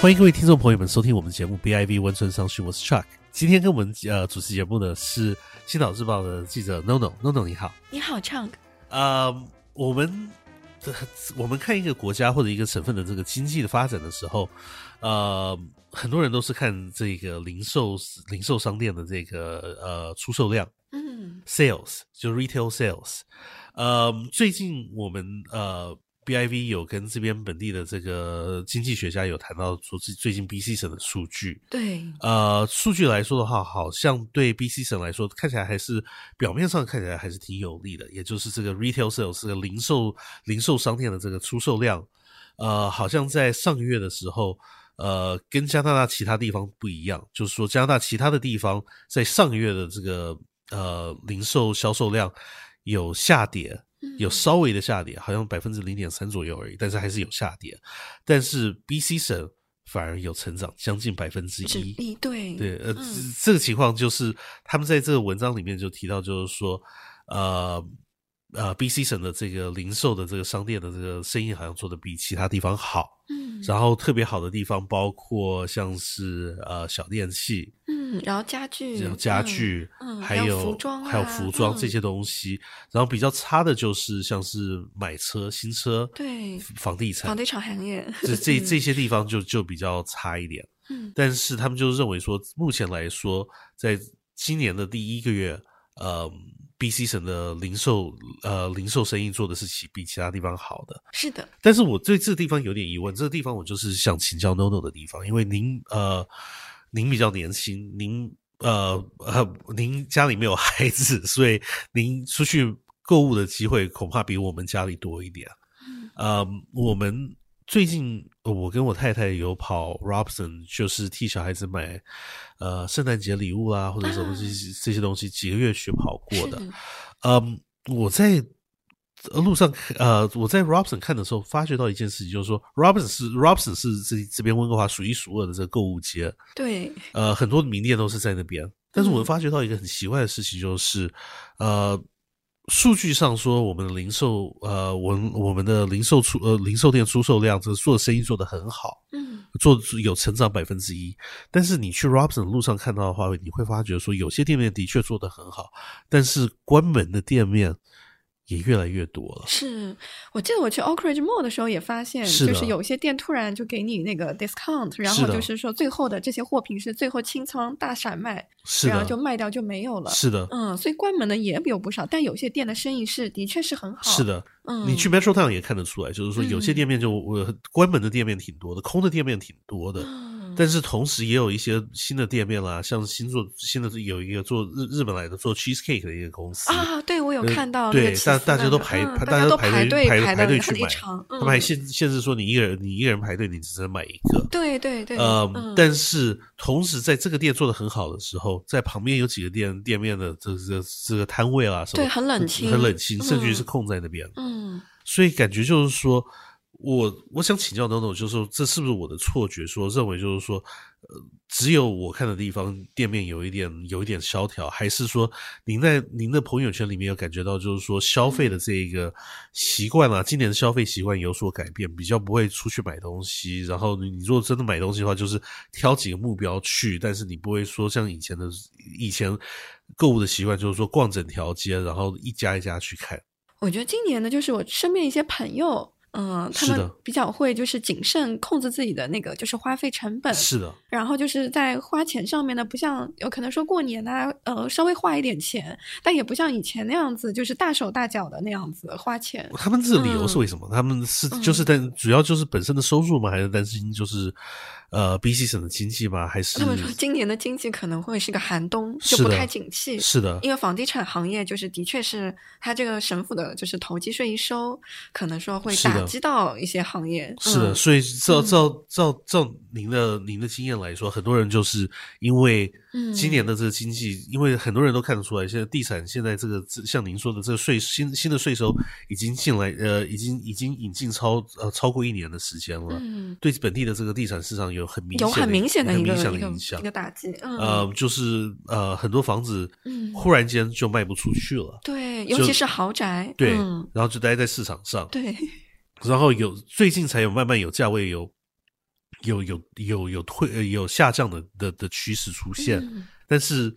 欢迎各位听众朋友们收听我们的节目 BIV 温村商讯，我是 Chuck。今天跟我们呃主持节目的是《青岛日报》的记者 NoNo，NoNo NoNo 你好。你好唱，呃，我们这我们看一个国家或者一个省份的这个经济的发展的时候，呃，很多人都是看这个零售零售商店的这个呃出售量嗯 sales，就 retail sales。呃，最近我们呃 BIV 有跟这边本地的这个经济学家有谈到说，最最近 BC 省的数据，对，呃，数据来说的话，好像对 BC 省来说，看起来还是表面上看起来还是挺有利的，也就是这个 retail sales 这个零售零售商店的这个出售量，呃，好像在上个月的时候。呃，跟加拿大其他地方不一样，就是说加拿大其他的地方在上个月的这个呃零售销售量有下跌，嗯有稍微的下跌，好像百分之零点三左右而已，但是还是有下跌。但是 B C 省反而有成长，将近百分之纸一。币，对对，呃，这嗯这个情况就是他们在这个文章里面就提到，就是说，呃呃，B C 省的这个零售的这个商店的这个生意好像做的比其他地方好。嗯然后特别好的地方包括像是呃小电器，嗯，然后家具，这种家具，嗯嗯还还有有服装还有啊服装嗯这些东西。然后比较差的就是像是买车、新车，对房地嗯，房产，地产行业，这这嗯这些地方就就比较差一点。嗯但是他们就认为说，目前来说，在今年的第一个月，呃，BC 省的零售呃零售生意做的是其比其他地方好的。是的，但是我对这个地方有点疑问，这个地方我就是想请教 NONO 的地方，因为您呃，您比较年轻，您呃呃，您家里没有孩子， 所以您出去购物的机会恐怕比我们家里多一点。呃，我们最近呃我跟我太太有跑 Robson，就是替小孩子买呃圣诞节礼物啊，或者什么这些、这些东西，几个月去跑过是的。嗯，我在呃路上呃，我在 Robson 看的时候，发觉到一件事情，就是说 Robson 是 Robson 是这这边温哥华数一数二的这个购物街，对，呃，很多名店都是在那边。但是我嗯发觉到一个很奇怪的事情，就是呃，数据上说我们的零售呃，我们我们的零售出呃零售店出售量，这做生意做得很好。嗯做有成长百分之一，但是你去 Robson 路上看到的话，你会发觉说有些店面的确做得很好，但是关门的店面也越来越多了。是我记得我去 Oak Ridge Mall 的时候也发现，是的就是有些店突然就给你那个 discount，然是后的就是说最后的这些货品是最后清仓大闪卖，是然后啊就的，卖掉就没有了。是的，嗯，所以关门的也有不少，但有些店的生意是的确是很好。是，的。嗯，你去 Metro Town 也看得出来，就是说有些嗯店面就呃关门的店面挺多的，空的店面挺多的。嗯，但是同时也有一些新的店面啦，像新做新的有一个做日日本来的做 cheesecake 的一个公司，啊，对我有呃看到那个对，起大司大那家都个排，嗯大家都排队队排排队得去很买，长，他们还嗯限限制说你一个人你一个人排队，你只能买一个。对对对，呃，嗯但是同时在这个店做的很好的时候，在旁边有几个店店面的这这这个摊位啊什么，对很冷清很冷清，甚至嗯是空在那边，嗯所以感觉就是说，我我想请教等等，就是说这是不是我的错觉说？认为就是说，呃，只有我看的地方店面有一点有一点萧条，还是说您在您的朋友圈里面有感觉到，就是说消费的这一个习惯啊，今年的消费习惯有所改变，比较不会出去买东西。然后你你如果真的买东西的话，就是挑几个目标去，但是你不会说像以前的以前购物的习惯，就是说逛整条街，然后一家一家去看。我觉得今年呢，就是我身边一些朋友。嗯，他是的们比较会就是谨慎控制自己的那个就是花费成本，是的，然后就是在花钱上面呢，不像有可能说过年呐、呃，稍微花一点钱，但也不像以前那样子，就是大手大脚的那样子花钱。他们这个理由是为什么？嗯他们是就是担主要就是本身的收入吗？还是担心就是呃 B C 省的经济吗？还是他们说今年的经济可能会是个寒冬，就是不的太景气，是的，因为房地产行业就是的确是它这个省府的就是投机税一收，可能说会是的打击到一些行业。是的，嗯所以照照照照您的您的经验来说，很多人就是因为嗯今年的这个经济，因为很多人都看得出来，现在地产现在这个这像您说的这个税新新的税收已经进来，呃，已经已经引进超呃超过一年的时间了，嗯，对本地的这个地产市场有很明显有很明显的很一个明显的一个影响一。个打击。嗯，呃，就是呃，很多房子嗯忽然间就卖不出去了，对，就尤其是豪宅。对，嗯、然后就待在市场上，对，然后有最近才有慢慢有价位有有有有有退呃有下降的的的趋势出现，嗯但是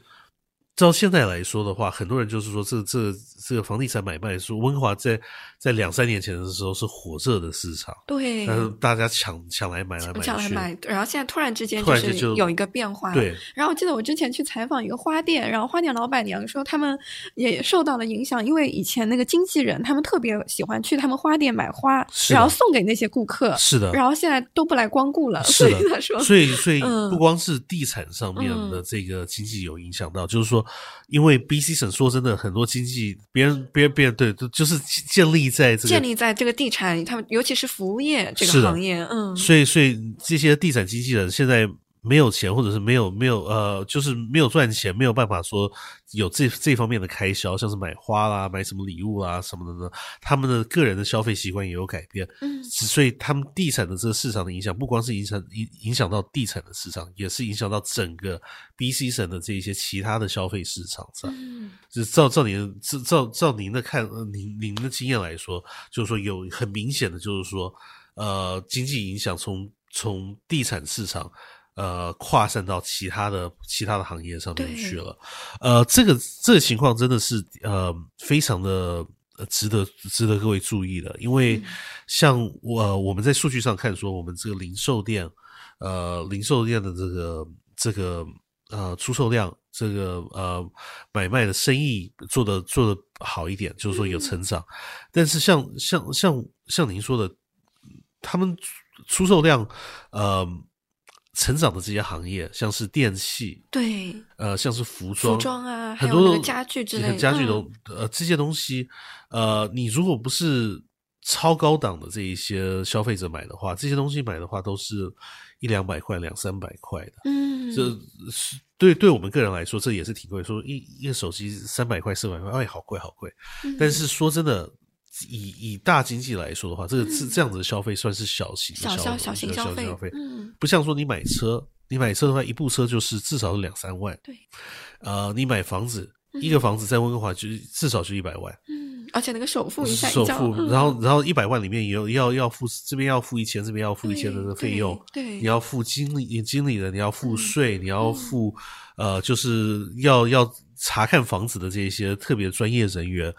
照现在来说的话，很多人就是说这这这个房地产买卖说温华在在两三年前的时候是火热的市场，对，但是大家抢抢来买来买去，想来买，然后现在突然之间突然是间就有一个变化，对，然后我记得我之前去采访一个花店，然后花店老板娘说他们也受到了影响，因为以前那个经纪人他们特别喜欢去他们花店买花，是的然后送给那些顾客，是的，然后现在都不来光顾了，所嗯是以的他说，所以，所以嗯不光是地产上面的嗯这个经济有影响到，就是说，因为 B C 省说真的，很多经济别人别人别人对，就就是建立在这个建立在这个地产，他们尤其是服务业这是个的行业，嗯，所以，所以这些地产经纪人现在没有钱，或者是没有没有呃，就是没有赚钱，没有办法说有这这方面的开销，像是买花啦、买什么礼物啦什么的呢，他们的个人的消费习惯也有改变，嗯所以他们地产的这个市场的影响，不光是影响影影响到地产的市场，也是影响到整个 B C 省的这一些其他的消费市场上。嗯就是照照您照照照您的看，呃您您的经验来说，就是说有很明显的，就是说，呃，经济影响从从地产市场，呃，跨散到其他的其他的行业上面对去了。呃，这个这个情况真的是呃非常的呃值得值得各位注意的，因为像我、呃我们在数据上看说，我们这个零售店，呃，零售店的这个这个呃出售量，这个呃买卖的生意做的做的好一点，就是说有成长，但是像像像像您说的，他们出出售量，呃。成长的这些行业，像是电器，对，呃，像是服装、服装啊，还很有那多个家具之你类看的，家具都嗯、呃这些东西，呃，你如果不是超高档的这一些消费者买的话，这些东西买的话都是一两百块、两三百块的，嗯，这是对对我们个人来说，这也是挺贵。说一一个手机三百块、四百块，哎，好贵，好贵。嗯但是说真的。以以大经济来说的话，这个这这样子的消费算是小型的小消消小型消费消费，，嗯，不像说你买车，你买车的话，一部车就是至少是两三万。对，呃，你买房子，嗯一个房子在温哥华就至少就一百万，嗯，而且那个首付一下首一交，付，嗯然后然后一百万里面也有要要付这边要付一千，这边要付一千的对费用，对，对你要付经理经理的，你要付嗯税，你要付呃，就是要要查看房子的这些特别专业人员，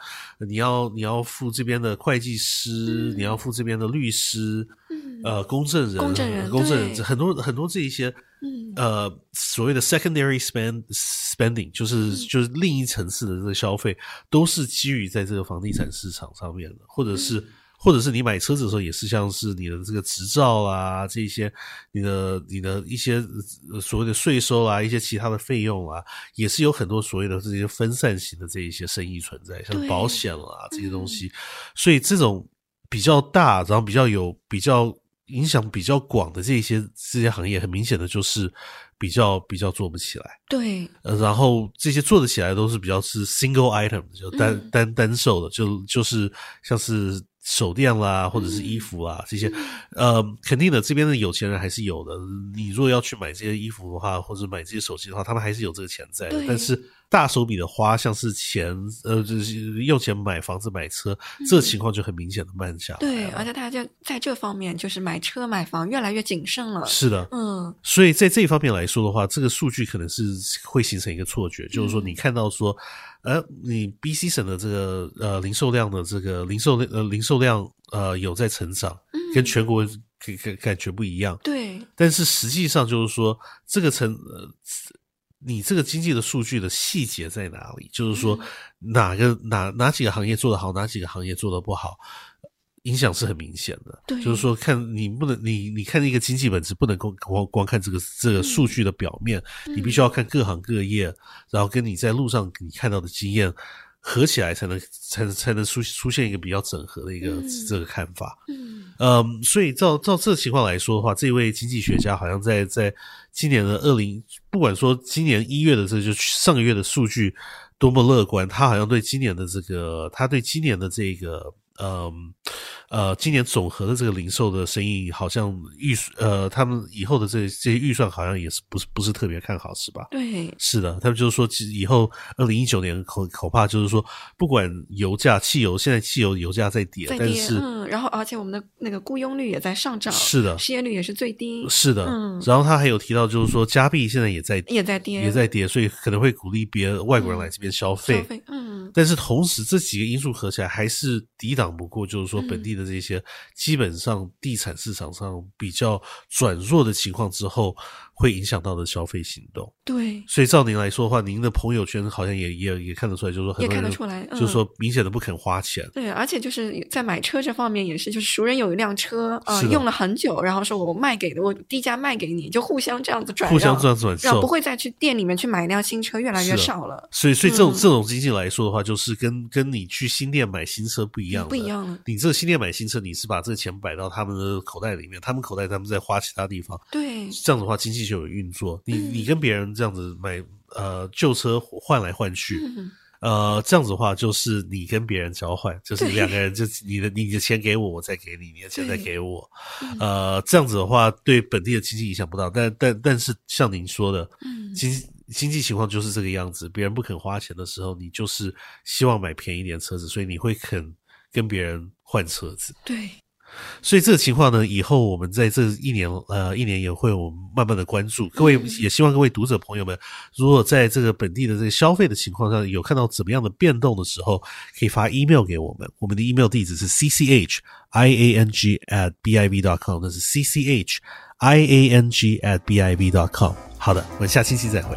你要你要付这边的会计师，嗯你要付这边的律师，嗯呃，公证人，公证人公证人，对很多很多这一些。嗯呃所谓的 secondary spend spending，就是嗯就是另一层次的这个消费，都是基于在这个房地产市场上面的，或者是。嗯或者是你买车子的时候，也是像是你的这个执照啦，这些你的你的一些呃所谓的税收啦，一些其他的费用啦，也是有很多所谓的这些分散型的这一些生意存在，像对保险啦啊这些东西，所以这种比较大，然后比较有比较影响比较广的这些这些行业，很明显的就是比较比较做不起来。对，呃，然后这些做得起来都是比较是 single item，就单、嗯单单售的，就就是像是手电啦，或者是嗯衣服啦、这些，呃，肯定的，这边的有钱人还是有的。你如果要去买这些衣服的话，或者买这些手机的话，他们还是有这个钱在的对。但是大手笔的花，像是钱，呃，就是用钱买房子、买车，这个情况就很明显的慢下来嗯对，而了。且大家在这方面就是买车买房越来越谨慎了。是的，嗯，所以在这一方面来说的话，这个数据可能是会形成一个错觉，就是说你看到说，呃，你 B C 省的这个呃零售量的这个零售呃零售量呃有在成长，跟全国感感感觉不一样，嗯对，但是实际上就是说这个成呃。你这个经济的数据的细节在哪里？就是说嗯哪个哪哪几个行业做得好，哪几个行业做得不好，影响是很明显的。对就是说看你不能你你看一个经济本质，不能光光光看这个这个数嗯据的表面，你必须要看各行各业，然后跟你在路上你看到的经验合起来，才能才才能出出现一个比较整合的一个、嗯这个看法。嗯，嗯，所以照照这情况来说的话，这位经济学家好像在在今年的二零，不管说今年一月的这就上个月的数据多么乐观，他好像对今年的这个，他对今年的这个，嗯呃，今年总和的这个零售的生意好像预呃，他们以后的这这些预算好像也是不是不是特别看好，是吧？对，是的，他们就是说，其实以后二零一九年恐恐怕就是说，不管油价、汽油，现在汽油油价在跌，在但跌，是、嗯，然后而且我们的那个雇佣率也在上涨，是的，失业率也是最低，是的。嗯然后他还有提到，就是说加币现在也在也在跌，也在跌，所以可能会鼓励别外国人嗯来这边消费。消费，嗯，但是同时，这几个因素合起来，还是抵挡不过，就是说嗯本地的这些、基本上地产市场上比较转弱的情况之后，会影响到的消费行动。对，所以照您来说的话，您的朋友圈好像也也也看得出来，就是说很也多看人得出来，嗯、就是说明显的不肯花钱。对，而且就是在买车这方面也是，就是熟人有一辆车啊、呃是的用了很久，然后说我卖给我低价卖给你，就互相这样子转让，互相转转然后售不，会再去店里面去买一辆新车，越来是越的少了，所以所以这种、嗯这种经济来说的话，就是跟跟你去新店买新车不一样，不一。样了。你这个新店买新车，你是把这个钱摆到他们的口袋里面，他们口袋他们再花其他地方，对，这样子的话经济就有运作。你嗯你跟别人这样子买呃旧车换来换去，嗯，呃这样子的话就是你跟别人交换，就是对两个人就你的你的钱给我，我再给你，你的钱再对给我，嗯呃这样子的话对本地的经济影响不大，但但但是像您说的，嗯，经经济情况就是这个样子，别人不肯花钱的时候，你就是希望买便宜一点的车子，所以你会肯跟别人换车子。对，所以这个情况呢，以后我们在这一年呃一年也会我们慢慢的关注。各位嗯也希望各位读者朋友们，如果在这个本地的这个消费的情况上有看到怎么样的变动的时候，可以发 email 给我们。我们的 email 地址是 cch iang at biv dot com，那是 cch iang at biv dot com。好的，我们下星期再会，